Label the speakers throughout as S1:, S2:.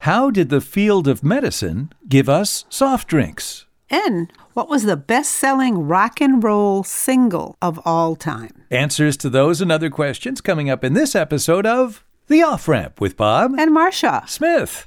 S1: How did the field of medicine give us soft drinks?
S2: N. What was the best selling rock and roll single of all time?
S1: Answers to those and other questions coming up in this episode of The Off Ramp with Bob
S2: And Marsha.
S1: Smith.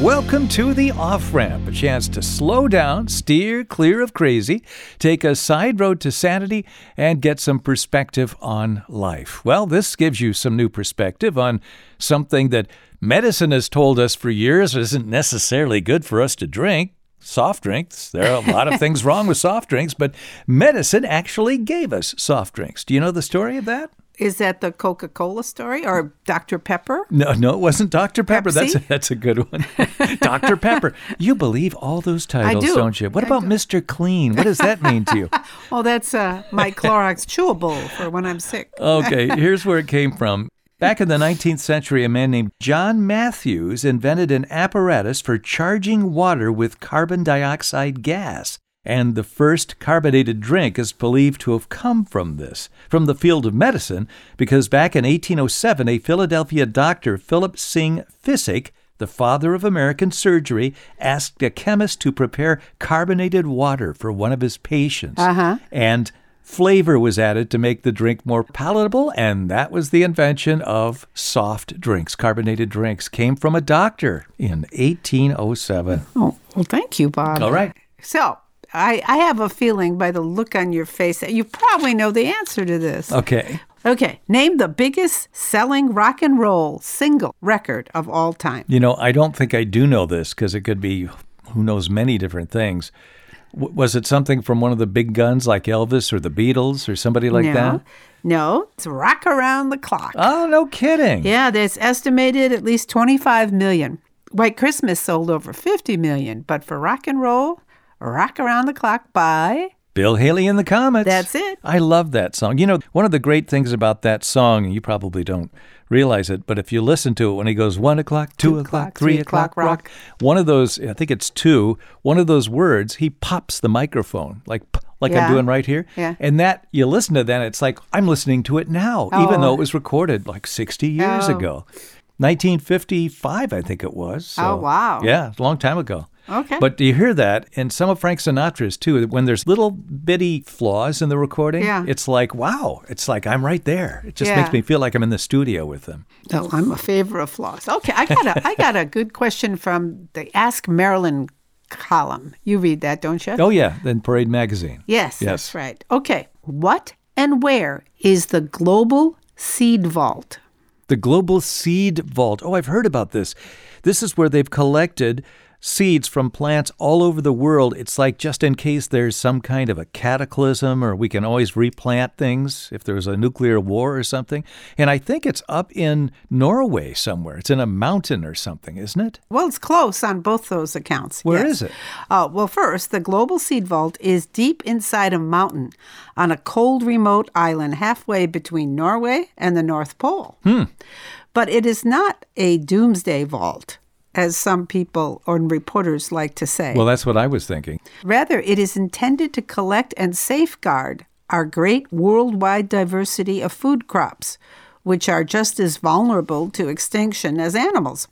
S1: Welcome to the off ramp, a chance to slow down, steer clear of crazy, take a side road to sanity, and get some perspective on life. Well, this gives you some new perspective on something that medicine has told us for years isn't necessarily good for us to drink. Soft drinks. There are a lot of things wrong with soft drinks, but medicine actually gave us soft drinks. Do you know the story of that?
S2: Is that the Coca Cola story or Dr. Pepper?
S1: No, no, it wasn't Dr. Pepper. That's a,
S2: Pepsi?
S1: that's a good one. Dr. Pepper. You believe all those titles,
S2: do.
S1: not you? What about Mr. Clean? What does that mean to you?
S2: Oh, that's uh, my Clorox chewable for when I'm sick.
S1: Okay, here's where it came from. Back in the 19th century, a man named John Matthews invented an apparatus for charging water with carbon dioxide gas. And the first carbonated drink is believed to have come from this, from the field of medicine, because back in 1807, a Philadelphia doctor, Philip Singh Physick, the father of American surgery, asked a chemist to prepare carbonated water for one of his patients.
S2: Uh-huh.
S1: And flavor was added to make the drink more palatable, and that was the invention of soft drinks. Carbonated drinks came from a doctor in 1807.
S2: Oh, well, thank you, Bob.
S1: All right.
S2: So, I, I have a feeling by the look on your face that you probably know the answer to this.
S1: Okay.
S2: Okay, name the biggest selling rock and roll single record of all time.
S1: You know, I don't think I do know this because it could be who knows many different things. W- was it something from one of the big guns like Elvis or the Beatles or somebody like
S2: no,
S1: that?
S2: no, it's Rock Around the Clock.
S1: Oh, no kidding.
S2: Yeah, that's estimated at least 25 million. White Christmas sold over 50 million, but for rock and roll, Rock Around the Clock by
S1: Bill Haley in the Comets.
S2: That's it.
S1: I love that song. You know, one of the great things about that song, and you probably don't realize it, but if you listen to it when he goes one o'clock, two, o'clock, three o'clock, rock, one of those, I think it's two, one of those words, he pops the microphone like p- like
S2: Yeah.
S1: I'm doing right here.
S2: Yeah.
S1: And that you listen to that, it's like I'm listening to it now, even
S2: Oh.
S1: though it was recorded like 60 years
S2: Oh.
S1: ago. 1955, I think it was.
S2: Oh,
S1: so-
S2: wow.
S1: Yeah, a long time ago.
S2: Okay.
S1: But do you hear that? And some of Frank Sinatra's too, when there's little bitty flaws in the recording,
S2: Yeah.
S1: it's like, wow, it's like I'm right there. It just
S2: Yeah.
S1: makes me feel like I'm in the studio with them.
S2: Oh, I'm a favor of floss. Okay, I got a I got a good question from the Ask Marilyn column. You read that, don't you?
S1: Oh, yeah, then Parade Magazine.
S2: Yes,
S1: Yes.
S2: that's right. Okay, what and where is the Global Seed Vault?
S1: The Global Seed Vault. Oh, I've heard about this. This is where they've collected seeds from plants all over the world. It's like just in case there's some kind of a cataclysm or we can always replant things if there's a nuclear war or something. And I think it's up in Norway somewhere. It's in a mountain or something, isn't it?
S2: Well, it's close on both those accounts.
S1: Where
S2: Where
S1: is
S2: is
S1: it?
S2: Uh, well, first, the Global Seed Vault is deep inside a mountain on a cold, remote island halfway between Norway and the North Pole.
S1: Hmm.
S2: But it is not a doomsday vault, as some people or reporters like to say.
S1: Well, that's what I was thinking.
S2: Rather, it is intended to collect and safeguard our great worldwide diversity of food crops, which are just as vulnerable to extinction as animals.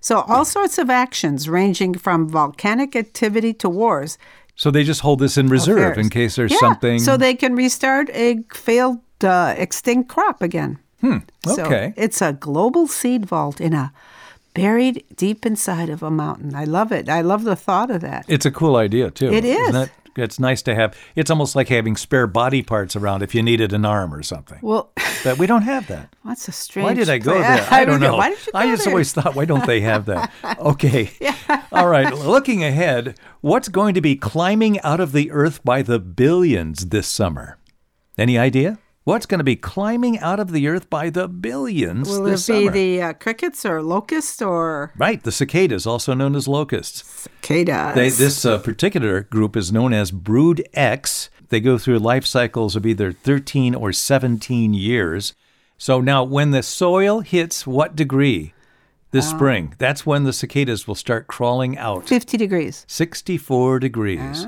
S2: So, all sorts of actions, ranging from volcanic activity to wars,
S1: So they just hold this in reserve in
S2: affairs.
S1: case there's
S2: Yeah,
S1: something.
S2: So they can restart a failed uh, extinct crop again.
S1: Hmm, okay.
S2: So it's a global seed vault in a buried deep inside of a mountain. I love it. I love the thought of that.
S1: it's a cool idea too.
S2: It
S1: isn't
S2: is.
S1: it? It's nice to have. It's almost like having spare body parts around if you needed an arm or something.
S2: Well,
S1: But we don't have that.
S2: that's a strange.
S1: Why did I go
S2: pla-
S1: there? I don't
S2: know.
S1: know.
S2: Why did you go
S1: I just
S2: there?
S1: always thought, why don't they have that? Okay. All right. Looking ahead, what's going to be climbing out of the earth by the billions this summer? Any idea? What's going to be climbing out of the earth by the billions
S2: Will
S1: this
S2: it be
S1: summer?
S2: the uh, crickets or locusts or
S1: right, the cicadas, also known as locusts.
S2: cicadas?
S1: They, this uh, particular group is known as Brood X. They go through life cycles of either 13 or 17 years. So now, when the soil hits what degree? this spring. That's when the cicadas will start crawling out.
S2: 50 degrees.
S1: 64 degrees.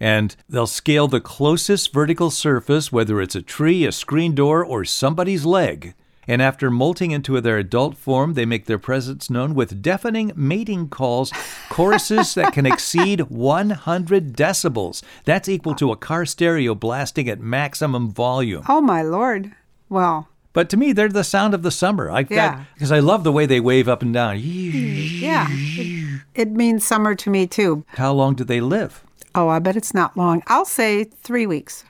S1: And they'll scale the closest vertical surface, whether it's a tree, a screen door, or somebody's leg. And after molting into their adult form, they make their presence known with deafening mating calls, choruses that can exceed 100 decibels. That's equal to a car stereo blasting at maximum volume.
S2: Oh, my Lord. Well,
S1: But to me, they're the sound of the summer. I
S2: Yeah.
S1: because I love the way they wave up and down.
S2: yeah. It, it means summer to me, too.
S1: How long do they live?
S2: Oh, I bet it's not long. I'll say three weeks.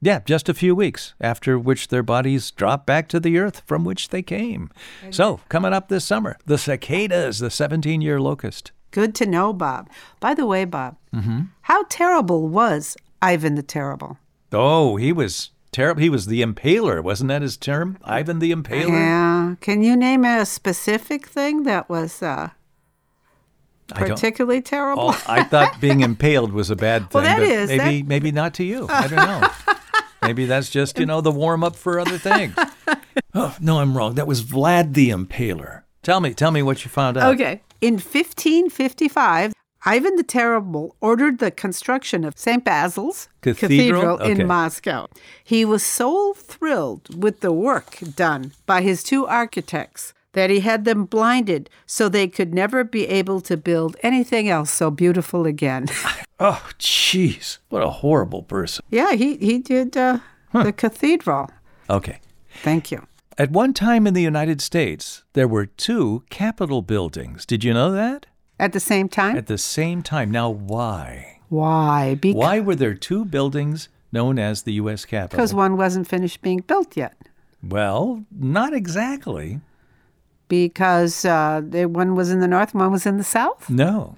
S1: Yeah, just a few weeks, after which their bodies drop back to the earth from which they came. So, coming up this summer, the cicadas, the 17 year locust.
S2: Good to know, Bob. By the way, Bob,
S1: Mm-hmm.
S2: how terrible was Ivan the Terrible?
S1: Oh, he was terrible. He was the impaler, wasn't that his term? Ivan the Impaler?
S2: Yeah. Can you name a specific thing that was uh,
S1: I don't.
S2: particularly terrible?
S1: Oh, I thought being impaled was a bad thing.
S2: Well, that
S1: but
S2: is, that-
S1: Maybe, maybe not to you. I don't know. maybe that's just, you know, the warm up for other things. Oh, no, I'm wrong. That was Vlad the Impaler. Tell me, tell me what you found out.
S2: Okay. In 1555, Ivan the Terrible ordered the construction of St. Basil's
S1: Cathedral? Okay.
S2: in Moscow. He was so thrilled with the work done by his two architects that he had them blinded so they could never be able to build anything else so beautiful again.
S1: Oh, jeez. What a horrible person.
S2: yeah, he, he did uh, the cathedral.
S1: Okay.
S2: Thank you.
S1: At one time in the United States, there were two Capitol buildings. Did you know that?
S2: At the same time?
S1: At the same time. Now, why?
S2: Why? Because
S1: Why were there two buildings known as the U.S. Capitol?
S2: one wasn't finished being built yet.
S1: Well, not exactly.
S2: Because uh, the one was in the north, one was in the south.
S1: No.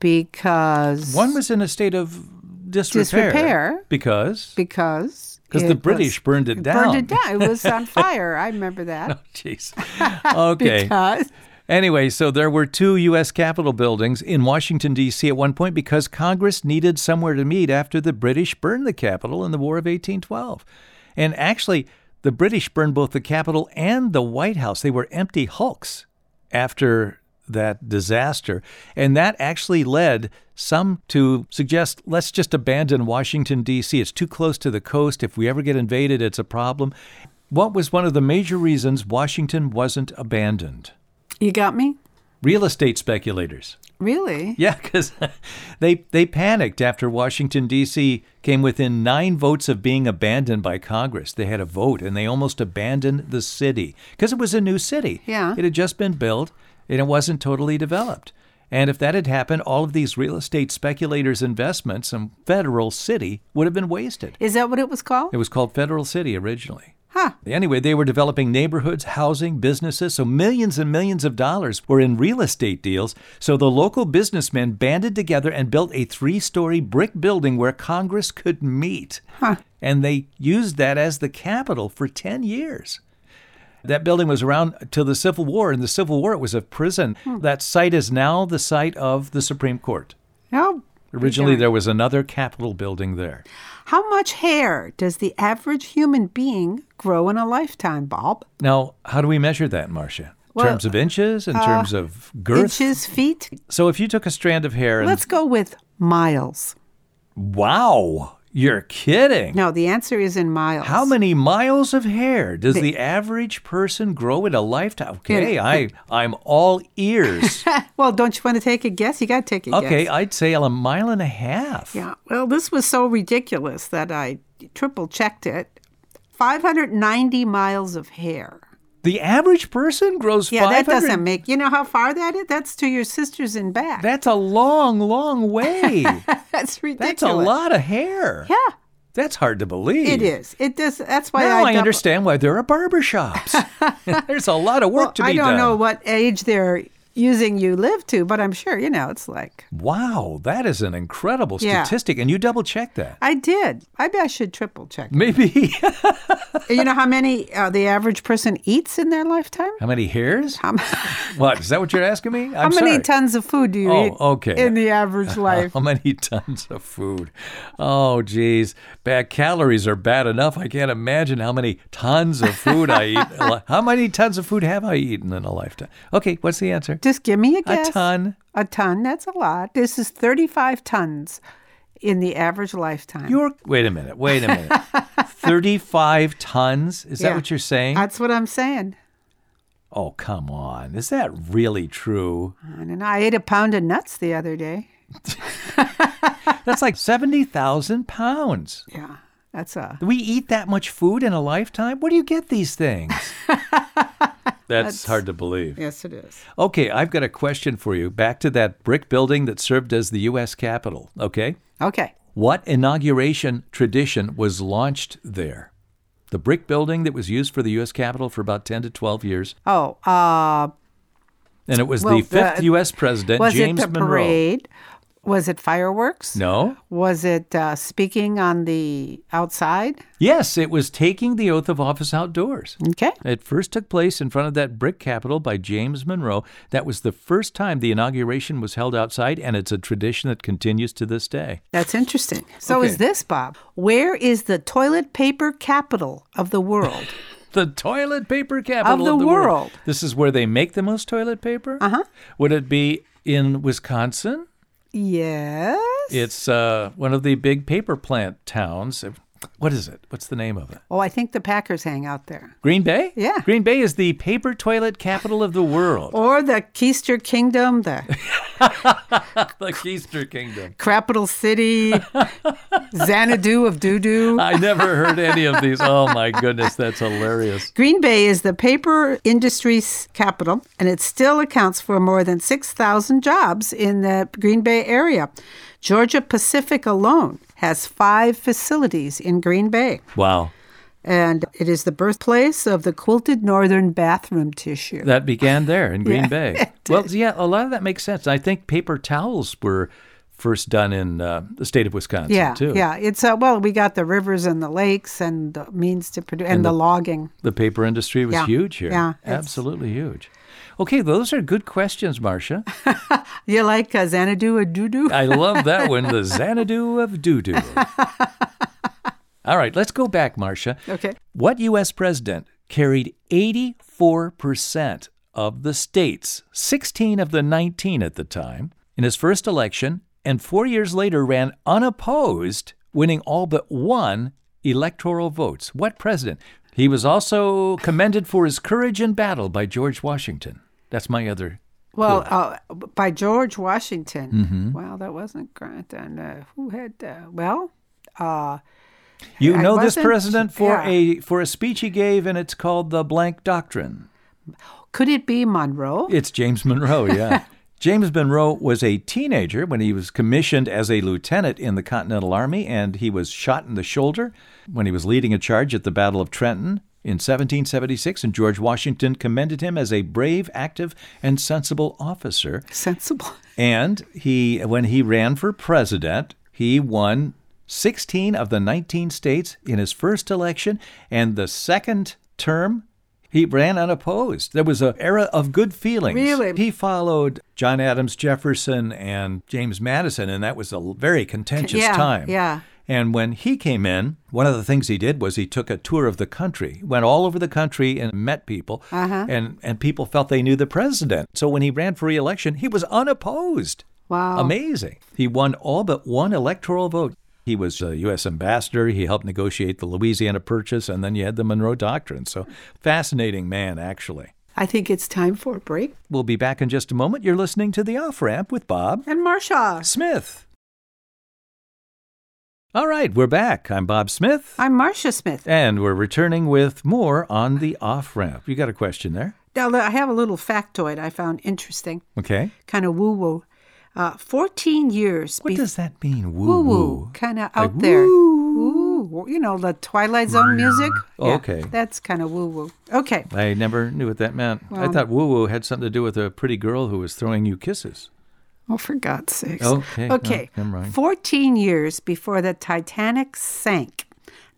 S2: because
S1: One was in a state of disrepair.
S2: Disrepair.
S1: Because.
S2: because
S1: Because
S2: it
S1: the
S2: was-
S1: British burned it down. Oh,
S2: burned it down. It was on fire. I remember that.
S1: Jeez. Okay.
S2: Because
S1: Anyway, so there were two U.S. Capitol buildings in Washington, D.C. at one point because Congress needed somewhere to meet after the British burned the Capitol in the War of 1812. And actually, the British burned both the Capitol and the White House. They were empty hulks after that disaster. And that actually led some to suggest let's just abandon Washington, D.C. It's too close to the coast. If we ever get invaded, it's a problem. What was one of the major reasons Washington wasn't abandoned?
S2: you got me.
S1: real estate speculators.
S2: Really?
S1: Yeah, because they they panicked after Washington D.C. came within nine votes of being abandoned by Congress. They had a vote, and they almost abandoned the city because it was a new city.
S2: Yeah.
S1: it had just been built, and it wasn't totally developed. And if that had happened, all of these real estate speculators' investments in federal city would have been wasted.
S2: Is that what it was called?
S1: It was called Federal City originally.
S2: Huh.
S1: Anyway, they were developing neighborhoods, housing, businesses, so millions and millions of dollars were in real estate deals. So the local businessmen banded together and built a three story brick building where Congress could meet. And they used that as the capital for 10 years. That building was around till the Civil War. In the Civil War, it was a prison. That site is now the site of the Supreme Court.
S2: No.
S1: Originally, there was another Capitol building there.
S2: How much hair does the average human being grow in a lifetime, Bob?
S1: Now, how do we measure that, Marcia? In
S2: Well,
S1: terms of inches, in terms of girth?
S2: Inches, feet?
S1: So if you took a strand of hair and
S2: Let's go with miles.
S1: wow, you're kidding.
S2: No, the answer is in miles.
S1: How many miles of hair does the average person grow in a lifetime? Okay, I I'm all ears.
S2: Well, don't you want to take a guess? You got to take a guess.
S1: Okay, I'd say a mile and a half.
S2: Yeah, well, this was so ridiculous that I triple checked it. 590 miles of hair.
S1: The average person grows
S2: Yeah, that
S1: 500
S2: doesn't make, you know how far that is? That's to your sisters and back.
S1: That's a long, long way.
S2: that's ridiculous.
S1: That's a lot of hair.
S2: Yeah,
S1: That's hard to believe.
S2: it is. It does. That's why
S1: Now
S2: I,
S1: I,
S2: double-
S1: understand why there are barber shops. There's a lot of work
S2: Well,
S1: to be
S2: I don't
S1: done.
S2: know what age their using you live to, but I'm sure, you know, it's like.
S1: Wow, that is an incredible
S2: Yeah.
S1: statistic. And you double checked that.
S2: I did. Maybe I should triple check.
S1: Maybe.
S2: you know how many uh, the average person eats in their lifetime?
S1: How many hairs?
S2: How, m-
S1: What? Is that what you're asking me? I'm
S2: how many
S1: sorry.
S2: tons of food do you
S1: Oh,
S2: eat
S1: okay.
S2: in the average life?
S1: How many tons of food? Oh, geez. Bad calories are bad enough. I can't imagine how many tons of food I eat. How many tons of food have I eaten in a lifetime? Okay, what's the answer?
S2: Just give me a guess.
S1: A ton.
S2: A ton, that's a lot. This is 35 tons in the average lifetime.
S1: You're wait a minute. Wait a minute. Thirty-five tons. Is that
S2: Yeah.
S1: what you're saying?
S2: That's what I'm saying.
S1: oh, come on. Is that really true?
S2: I don't know. I ate a pound of nuts the other day.
S1: That's like seventy thousand pounds.
S2: Yeah, that's a.
S1: Do we eat that much food in a lifetime? Where do you get these things? That's hard to believe.
S2: Yes, it is.
S1: Okay, I've got a question for you. Back to that brick building that served as the U.S. Capitol, okay?
S2: Okay.
S1: What inauguration tradition was launched there? The brick building that was used for the U.S. Capitol for about 10 to 12 years.
S2: Oh, uh,
S1: And it was
S2: Well,
S1: the
S2: the-
S1: fifth U.S. president,
S2: was
S1: James
S2: it the
S1: Monroe.
S2: parade? Was it fireworks?
S1: No?
S2: Was it uh, speaking on the outside?
S1: Yes, it was taking the oath of office outdoors.
S2: Okay.
S1: It first took place in front of that brick capitol by James Monroe. That was the first time the inauguration was held outside, and it's a tradition that continues to this day.
S2: That's interesting. So
S1: Okay.
S2: is this, Bob? Where is the toilet paper capital of the world?
S1: The toilet paper capital
S2: Of the world. Uh-huh.
S1: This is where they make the most toilet paper? Uh huh. Would it be in Wisconsin?
S2: yes.
S1: It's uh, one of the big paper plant towns. What is it? What's the name of it?
S2: Oh, I think the Packers hang out there.
S1: Green Bay?
S2: Yeah.
S1: Green Bay is the paper toilet capital of the world.
S2: Or the Keister Kingdom, the
S1: the Keister Kingdom.
S2: Capital City, Xanadu of Doo-Doo.
S1: I never heard any of these. Oh my goodness, that's hilarious.
S2: Green Bay is the paper industry's capital, and it still accounts for more than 6,000 jobs in the Green Bay area. Georgia Pacific alone has five facilities in Green Bay,
S1: Wow.
S2: and it is the birthplace of the quilted northern bathroom tissue.
S1: That began there in Green Bay. Well, yeah, a lot of that makes sense. I think paper towels were first done in uh, the state of Wisconsin,
S2: yeah,
S1: too.
S2: yeah. It's uh, well, we got the rivers and the lakes and the means to produce and, the, logging.
S1: The paper industry was
S2: Yeah,
S1: huge here.
S2: yeah, it's-
S1: Absolutely huge. Okay, those are good questions, Marcia.
S2: You like uh, Xanadu a doo doo?
S1: I love that one, the Xanadu of doo-doo. All right, let's go back, Marcia.
S2: Okay.
S1: What U.S. president carried 84% of the states, 16 of the 19 at the time, in his first election, and four years later ran unopposed, winning all but one electoral votes? What president? He was also commended for his courage in battle by George Washington. That's my other.
S2: Well, uh, by George Washington.
S1: Mm-hmm.
S2: Wow, that wasn't Grant. And uh, who had? Uh, well, uh,
S1: You
S2: I
S1: know this
S2: wasn't-
S1: president for
S2: yeah.
S1: a for a speech he gave, and it's called the Blank Doctrine.
S2: could it be Monroe?
S1: It's James Monroe, yeah. James Monroe was a teenager when he was commissioned as a lieutenant in the Continental Army, and he was shot in the shoulder when he was leading a charge at the Battle of Trenton in 1776. And George Washington commended him as a brave, active, and sensible officer.
S2: Sensible.
S1: And he, when he ran for president, he won 16 of the 19 states in his first election, and the second term. He ran unopposed. There was an era of good feelings.
S2: Really?
S1: He followed John Adams Jefferson and James Madison, and that was a very contentious
S2: Yeah,
S1: time.
S2: yeah.
S1: And when he came in, one of the things he did was he took a tour of the country, went all over the country and met people,
S2: Uh-huh.
S1: and and people felt they knew the president. So when he ran for re-election, he was unopposed.
S2: Wow.
S1: Amazing. He won all but one electoral vote. He was a U.S. ambassador. He helped negotiate the Louisiana Purchase, and then you had the Monroe Doctrine. So fascinating man, actually.
S2: I think it's time for a break.
S1: We'll be back in just a moment. You're listening to The Off Ramp with Bob
S2: And Marsha.
S1: Smith. All right, we're back. I'm Bob Smith.
S2: I'm Marcia Smith.
S1: And we're returning with more on the off ramp. You got a question there?
S2: Now, I have a little factoid I found interesting,
S1: Okay.
S2: kind of woo woo. Uh, 14 years
S1: What does that mean? Woo
S2: woo woo,
S1: woo.
S2: kind of
S1: Like,
S2: out there.
S1: woo.
S2: Ooh, war, you know, the Twilight Zone music. Yeah,
S1: Oh, Okay.
S2: That's kind of woo woo. Okay.
S1: I never knew what that meant. I
S2: Well-
S1: thought woo woo had something to do with a pretty girl who was throwing you kisses.
S2: Oh, for God's sakes.
S1: Okay, no,
S2: Okay.
S1: never mind.
S2: 14 years before the Titanic sank,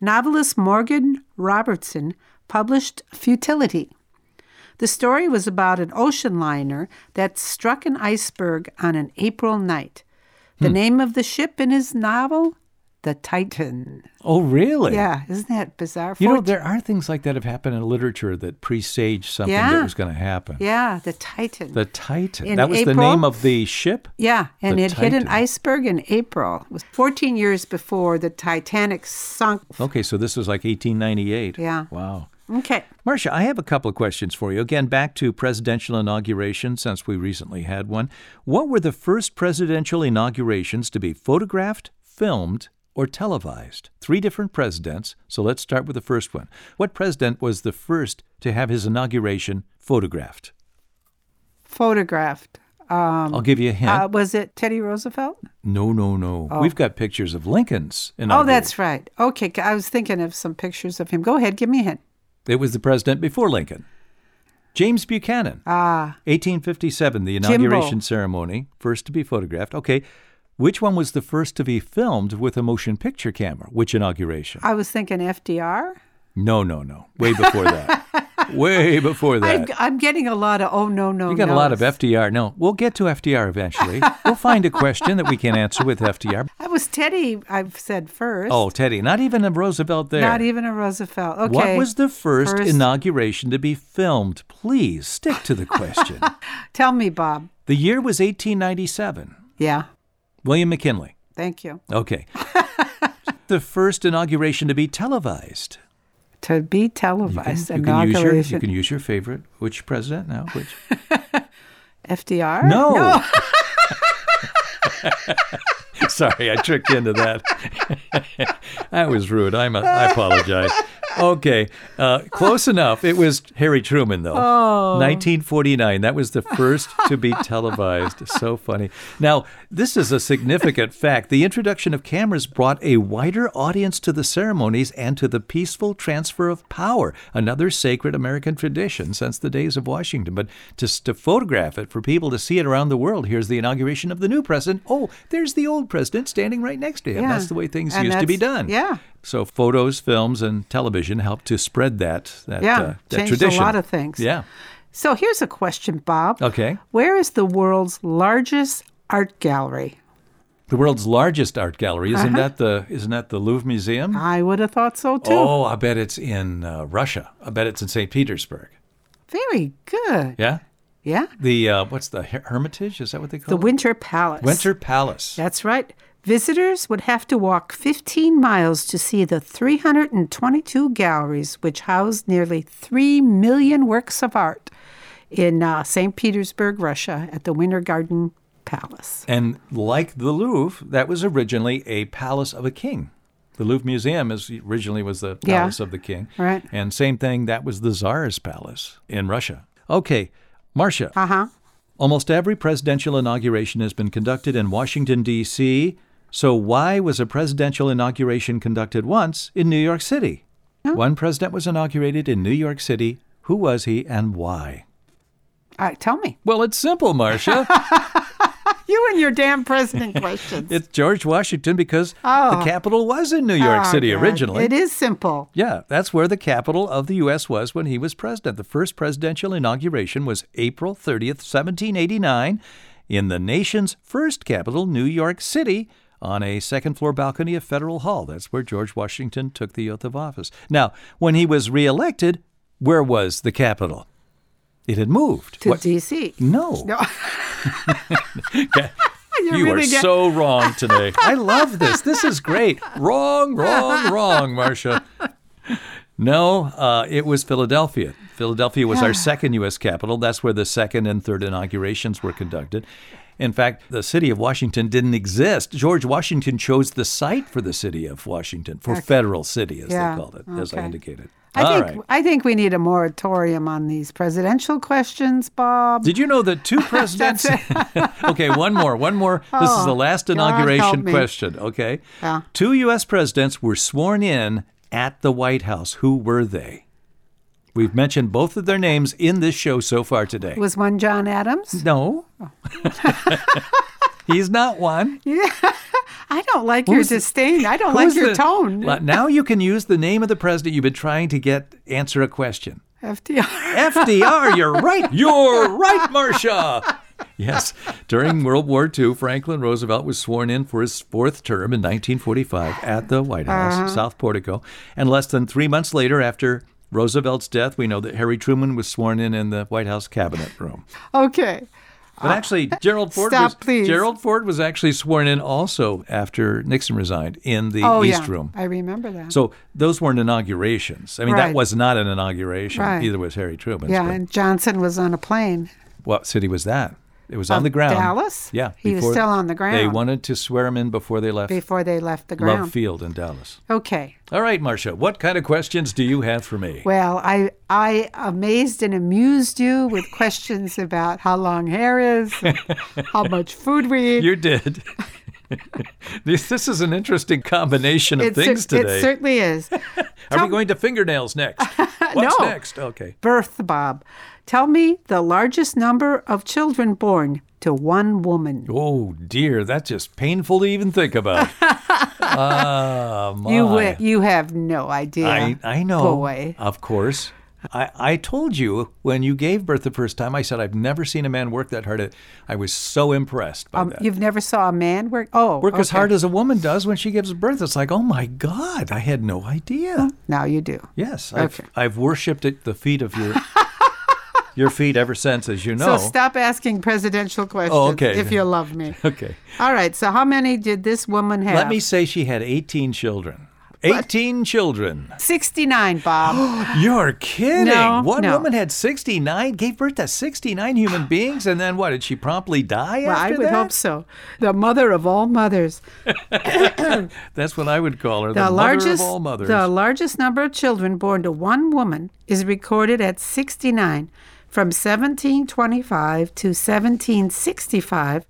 S2: novelist Morgan Robertson published Futility. The story was about an ocean liner that struck an iceberg on an April night. The
S1: Hmm.
S2: name of the ship in his novel, The Titan.
S1: Oh, really?
S2: Yeah, isn't that bizarre?
S1: You know,
S2: Fourteen-
S1: there are things like that have happened in literature that presage something that
S2: Yeah.
S1: was going to happen.
S2: yeah, The Titan.
S1: The Titan.
S2: In
S1: that was the
S2: April?
S1: name of the ship?
S2: Yeah, and
S1: The
S2: it hit
S1: Titan.
S2: an iceberg in April. It was 14 years before the Titanic sunk.
S1: Okay, so this was like 1898.
S2: Yeah.
S1: Wow.
S2: Okay.
S1: Marcia, I have a couple of questions for you. Again, back to presidential inauguration, since we recently had one. What were the first presidential inaugurations to be photographed, filmed, or televised? Three different presidents. So let's start with the first one. What president was the first to have his inauguration photographed?
S2: Photographed. Um,
S1: I'll give you a hint.
S2: uh, was it Teddy Roosevelt?
S1: no, no, no. We've got pictures of Lincoln's
S2: Oh,
S1: inauguration.
S2: that's right. Okay, I was thinking of some pictures of him. Go ahead, give me a hint.
S1: It was the president before Lincoln. James Buchanan.
S2: Ah,
S1: 1857, the
S2: Jimbo.
S1: inauguration ceremony, first to be photographed. Okay, which one was the first to be filmed with a motion picture camera? Which inauguration?
S2: I was thinking FDR.
S1: No, no, no. Way before that. Way before
S2: I,
S1: that.
S2: I'm getting a lot of oh no no.
S1: you got a lot of
S2: no's.
S1: FDR. No, we'll get to FDR eventually. we'll find a question that we can answer with FDR.
S2: I was Teddy. I've said first.
S1: Oh, Teddy, not even a Roosevelt there.
S2: not even a Roosevelt. Okay.
S1: What was the first,
S2: First.
S1: inauguration to be filmed? Please stick to the question.
S2: Tell me, Bob.
S1: the year was 1897.
S2: Yeah.
S1: William McKinley.
S2: Thank you.
S1: Okay. the first inauguration to be televised.
S2: To be
S1: You can,
S2: televised
S1: you can use your,
S2: inauguration.
S1: you can use your favorite. Which president now? Which?
S2: FDR.
S1: No. Sorry, I tricked you into that. I was rude. I'm a, I apologize. Okay, uh, close enough. It was Harry Truman, though. 1949. That was the first to be televised. So funny. Now, this is a significant fact. The introduction of cameras brought a wider audience to the ceremonies and to the peaceful transfer of power, another sacred American tradition since the days of Washington. But just to photograph it for people to see it around the world, here's the inauguration of the new president. Oh, there's the old president standing right next to him.
S2: Yeah.
S1: That's the way things
S2: And
S1: used to be
S2: that's-
S1: done.
S2: yeah.
S1: So photos, films, and television helped to spread that that,
S2: Yeah,
S1: uh, that
S2: changed a
S1: tradition.
S2: lot of things.
S1: Yeah.
S2: So here's a question, Bob.
S1: Okay.
S2: Where is the world's largest art gallery?
S1: The world's largest art gallery isn't that the isn't that the Louvre Museum?
S2: I would have thought so Uh-huh. Uh, too.
S1: Oh, I bet it's in uh, Russia. I bet it's in St. Petersburg.
S2: Very good.
S1: Yeah.
S2: Yeah.
S1: The uh, what's the Her- Hermitage? Is that what they call
S2: The
S1: it?
S2: Winter Palace.
S1: Winter Palace.
S2: That's right. Visitors would have to walk 15 miles to see the 322 galleries, which housed nearly 3 million works of art in uh, St. Petersburg, Russia, at the Winter Garden Palace.
S1: And like the Louvre, that was originally a palace of a king. The Louvre Museum is originally was the
S2: Yeah.
S1: palace of the king.
S2: Right.
S1: And same thing, that was the Tsar's palace in Russia. Okay, Marcia,
S2: Uh huh.
S1: almost every presidential inauguration has been conducted in Washington, D.C. So why was a presidential inauguration conducted once in New York City?
S2: Oh.
S1: One president was inaugurated in New York City. Who was he and why?
S2: All right, tell me.
S1: Well, it's simple, Marcia.
S2: You and your damn president questions.
S1: It's George Washington because the
S2: Oh.
S1: capital was in New York
S2: Oh,
S1: City
S2: God.
S1: originally.
S2: It is simple.
S1: Yeah, that's where the capital of the U.S. was when he was president. The first presidential inauguration was April 30th, 1789, in the nation's first capital, New York City, on a second floor balcony of Federal Hall. That's where George Washington took the oath of office. Now, when he was reelected, where was the capital? It had moved.
S2: To
S1: What-
S2: D.C.
S1: No.
S2: No. Oh, You're
S1: You are
S2: really get-
S1: so wrong today. I love this. This is great. Wrong, wrong, wrong, Marcia. No, uh, it was Philadelphia. Philadelphia was our second U.S. capital. That's where the second and third inaugurations were conducted. In fact, the city of Washington didn't exist. George Washington chose the site for the city of Washington, for federal city, as
S2: Yeah,
S1: they called it, as I
S2: okay.
S1: indicated.
S2: I
S1: All
S2: think
S1: right.
S2: I think we need a moratorium on these presidential questions, Bob.
S1: Did you know that two presidents? okay, one more, one more. This is the
S2: Oh,
S1: last
S2: God help
S1: inauguration
S2: me.
S1: question. Okay.
S2: Yeah.
S1: Two U.S. presidents were sworn in at the White House. Who were they? We've mentioned both of their names in this show so far today.
S2: Was one John Adams?
S1: No. He's not one.
S2: I don't like your
S1: was the-
S2: disdain. I don't like
S1: Who's
S2: your
S1: the-
S2: tone.
S1: Well, Now you can use the name of the president you've been trying to get answer a question.
S2: FDR.
S1: FDR, you're right. You're right, Marcia. Yes. During World War II, Franklin Roosevelt was sworn in for his fourth term in 1945 at the White House,
S2: Uh-huh.
S1: South Portico. And less than three months later, after Roosevelt's death, we know that Harry Truman was sworn in in the White House cabinet room.
S2: Okay.
S1: But actually, Gerald Ford
S2: Uh, Stop,
S1: was
S2: please.
S1: Gerald Ford was actually sworn in also after Nixon resigned in the
S2: Oh
S1: East
S2: yeah.
S1: Room.
S2: I remember that.
S1: So those weren't inaugurations. I mean, that
S2: Right.
S1: was not an inauguration.
S2: Right.
S1: Either was Harry Truman's.
S2: yeah,
S1: but-
S2: and Johnson was on a plane.
S1: what city was that? It was on
S2: Of
S1: the ground.
S2: Dallas?
S1: Yeah.
S2: He was
S1: before-
S2: still on the ground.
S1: They wanted to swear him in before they left
S2: before they left the
S1: Love
S2: ground.
S1: Field in Dallas.
S2: Okay.
S1: All right, Marcia, what kind of questions do you have for me?
S2: Well, I I amazed and amused you with questions about how long hair is, and how much food we eat.
S1: you did. this, this is an interesting combination of
S2: It cer-
S1: things today.
S2: It certainly is.
S1: Are we going to fingernails next? What's
S2: No.
S1: next? Okay.
S2: Birth, Bob. Tell me the largest number of children born to one woman.
S1: Oh dear, that's just painful to even think about. Ah,
S2: You
S1: my.
S2: wi- you have no idea.
S1: I, I know.
S2: Boy.
S1: Of course. I, I told you when you gave birth the first time, I said, I've never seen a man work that hard. at- I was so impressed by
S2: Um,
S1: that.
S2: you've never saw a man work. Oh,
S1: Work as
S2: okay.
S1: hard as a woman does when she gives birth. It's like, oh my God, I had no idea.
S2: Now you do.
S1: Yes, I've,
S2: Okay.
S1: I've worshipped at the feet of your your feet ever since, as you know.
S2: So stop asking presidential questions
S1: Oh, okay.
S2: if you love me.
S1: Okay.
S2: All right. So how many did this woman have?
S1: Let me say she had 18 children. 18 children.
S2: Sixty-nine, Bob.
S1: You're kidding.
S2: No,
S1: One
S2: no.
S1: woman had 69, gave birth to 69 human beings, and then what? Did she promptly die
S2: Well, I
S1: after
S2: would
S1: that?
S2: hope so. The mother of all mothers.
S1: That's what I would call her. The,
S2: The,
S1: mother of
S2: largest
S1: all mothers.
S2: the largest number of children born to one woman is recorded at 69 from 1725 to 1765.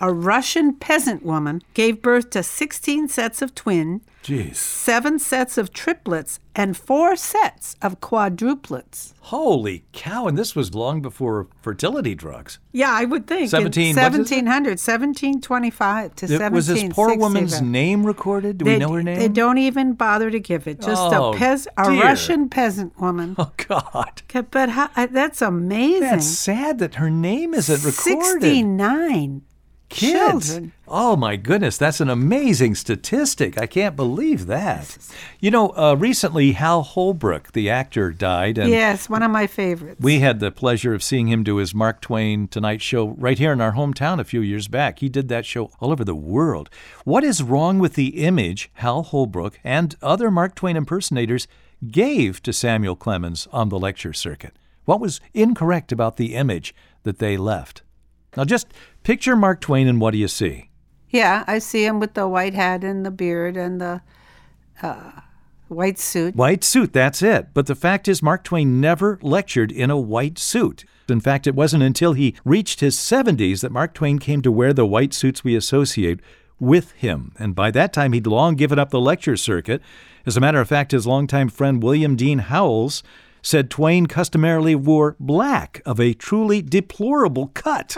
S2: A Russian peasant woman gave birth to 16 sets of twin,
S1: Jeez.
S2: 7 sets of triplets, and 4 sets of quadruplets.
S1: Holy cow. And this was long before fertility drugs.
S2: Yeah, I would think. in
S1: 17 what is it?
S2: 1700 1725 to
S1: It- was this poor
S2: 1765.
S1: woman's name recorded? Do we
S2: They-
S1: know her name?
S2: They don't even bother to give it. Just
S1: Oh,
S2: a peas a
S1: dear.
S2: Russian peasant woman.
S1: Oh, God.
S2: Okay, But how, I- that's amazing.
S1: That's sad that her name isn't recorded.
S2: Sixty-nine
S1: Kids.
S2: children.
S1: Oh my goodness, that's an amazing statistic. I can't believe that. You know, uh, recently Hal Holbrook, the actor, died, and
S2: Yes, one of my favorites.
S1: We had the pleasure of seeing him do his Mark Twain Tonight Show right here in our hometown a few years back. He did that show all over the world. What is wrong with the image Hal Holbrook and other Mark Twain impersonators gave to Samuel Clemens on the lecture circuit? What was incorrect about the image that they left? Now just picture Mark Twain and what do you see?
S2: yeah, I see him with the white hat and the beard and the uh, white suit.
S1: White suit, that's it. But the fact is, Mark Twain never lectured in a white suit. In fact, it wasn't until he reached his 70s that Mark Twain came to wear the white suits we associate with him. And by that time, he'd long given up the lecture circuit. As a matter of fact, his longtime friend William Dean Howells said Twain customarily wore black of a truly deplorable cut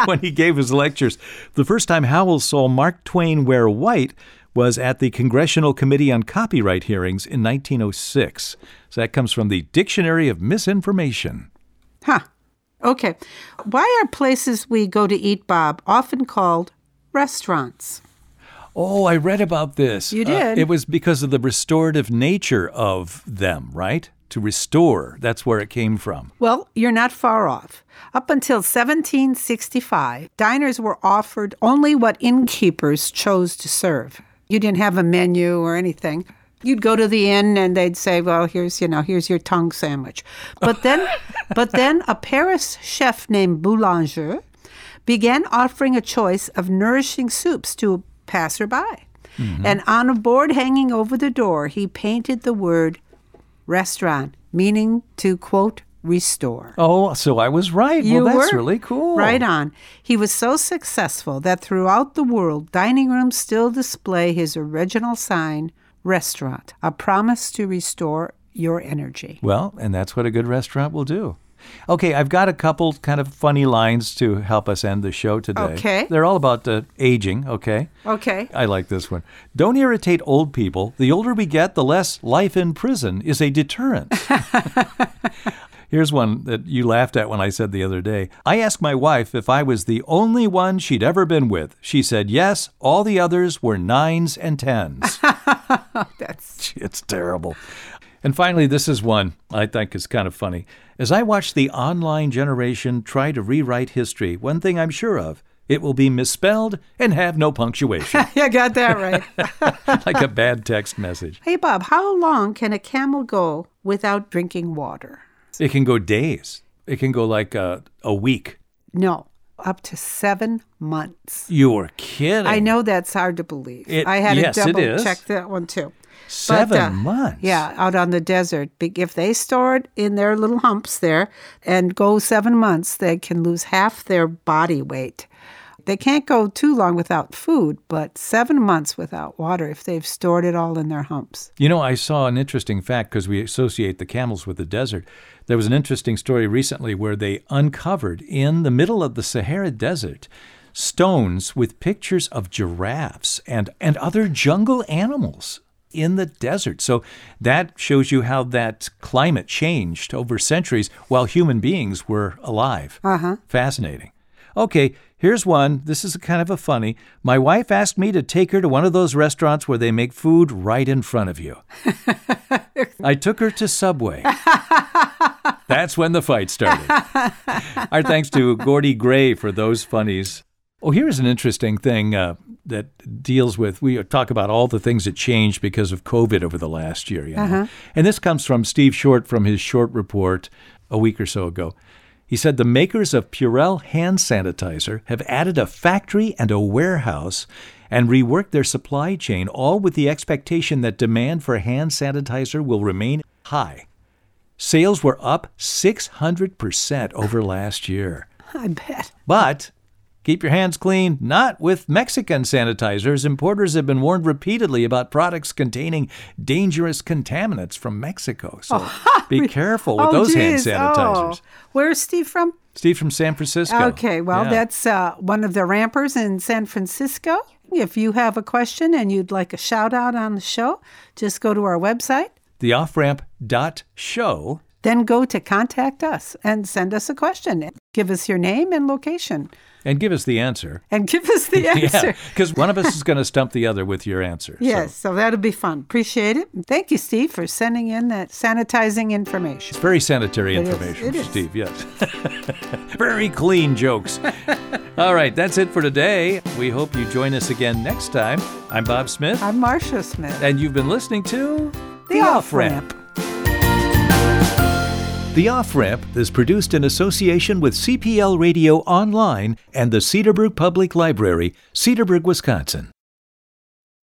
S1: when he gave his lectures. The first time Howells saw Mark Twain wear white was at the Congressional Committee on Copyright hearings in 1906. So that comes from the Dictionary of Misinformation.
S2: Huh. Okay. Why are places we go to eat, Bob, often called restaurants?
S1: Oh, I read about this. Uh,
S2: You did?
S1: it was because of the restorative nature of them, right? To restore. That's where it came from.
S2: Well, you're not far off. Up until 1765, diners were offered only what innkeepers chose to serve. You didn't have a menu or anything. You'd go to the inn and they'd say, "Well, here's, you know, here's your tongue sandwich." But then but then a Paris chef named Boulanger began offering a choice of nourishing soups to
S1: Mm-hmm.
S2: passerby. And on a board hanging over the door, he painted the word restaurant, meaning to quote, restore.
S1: Oh, so I was right.
S2: You
S1: well, that's
S2: were
S1: really cool.
S2: Right on. He was so successful that throughout the world, dining rooms still display his original sign, restaurant, a promise to restore your energy.
S1: Well, and that's what a good restaurant will do. Okay, I've got a couple kind of funny lines to help us end the show today.
S2: Okay.
S1: They're all about uh, aging, okay?
S2: Okay.
S1: I like this one. Don't irritate old people. The older we get, the less life in prison is a deterrent. Here's one that you laughed at when I said the other day. I asked my wife if I was the only one she'd ever been with. She said yes, all the others were nines and tens.
S2: That's
S1: it's terrible. And finally, this is one I think is kind of funny. As I watch the online generation try to rewrite history, one thing I'm sure of it will be misspelled and have no punctuation,
S2: you got that right.
S1: like a bad text message.
S2: hey Bob, how long can a camel go without drinking water?
S1: It can go days, it can go like a, a week.
S2: No, up to 7 months.
S1: You're kidding.
S2: I know that's hard to believe.
S1: It-
S2: I had
S1: yes, it
S2: to double
S1: is.
S2: check that one too.
S1: Seven
S2: But, uh,
S1: months.
S2: Yeah, out on the desert. Be- If they store it in their little humps there and go seven months, they can lose half their body weight. They can't go too long without food, but seven months without water if they've stored it all in their humps.
S1: You know, I saw an interesting fact because we associate the camels with the desert. There was an interesting story recently where they uncovered in the middle of the Sahara Desert stones with pictures of giraffes and, and other jungle animals in the desert. So that shows you how that climate changed over centuries while human beings were alive.
S2: Uh huh.
S1: Fascinating. Okay, here's one. This is kind of a funny. My wife asked me to take her to one of those restaurants where they make food right in front of you. I took her to Subway. That's when the fight started. Our thanks to Gordy Gray for those funnies. Oh, here's an interesting thing uh, that deals with. We talk about all the things that changed because of COVID over the last year. You know? And this comes from Steve Short from his short report a week or so ago. He said the makers of Purell hand sanitizer have added a factory and a warehouse and reworked their supply chain, all with the expectation that demand for hand sanitizer will remain high. Sales were up 600% over last year.
S2: I bet.
S1: But keep your hands clean, not with Mexican sanitizers. Importers have been warned repeatedly about products containing dangerous contaminants from Mexico. So be careful with
S2: Oh,
S1: those
S2: geez. Oh.
S1: hand sanitizers.
S2: Where's Steve from?
S1: Steve from San Francisco.
S2: Okay, well,
S1: Yeah.
S2: that's uh, one of the rampers in San Francisco. If you have a question and you'd like a shout out on the show, just go to our website,
S1: the offramp.show.
S2: then go to contact us and send us a question. Give us your name and location
S1: And give us the answer.
S2: and give us the answer.
S1: because one of us is going to stump the other with your answer. So
S2: Yes, so that'll be fun. Appreciate it. And Thank you, Steve, for sending in that sanitizing information.
S1: It's very sanitary
S2: is,
S1: information,
S2: it is.
S1: Steve, yes. very clean jokes. All right, that's it for today. We hope you join us again next time. I'm Bob Smith,
S2: I'm Marcia Smith.
S1: and you've been listening to
S2: The Off Ramp.
S1: The Off Ramp is produced in association with CPL Radio Online and the Cedarbrook Public Library, Cedarbrook, Wisconsin.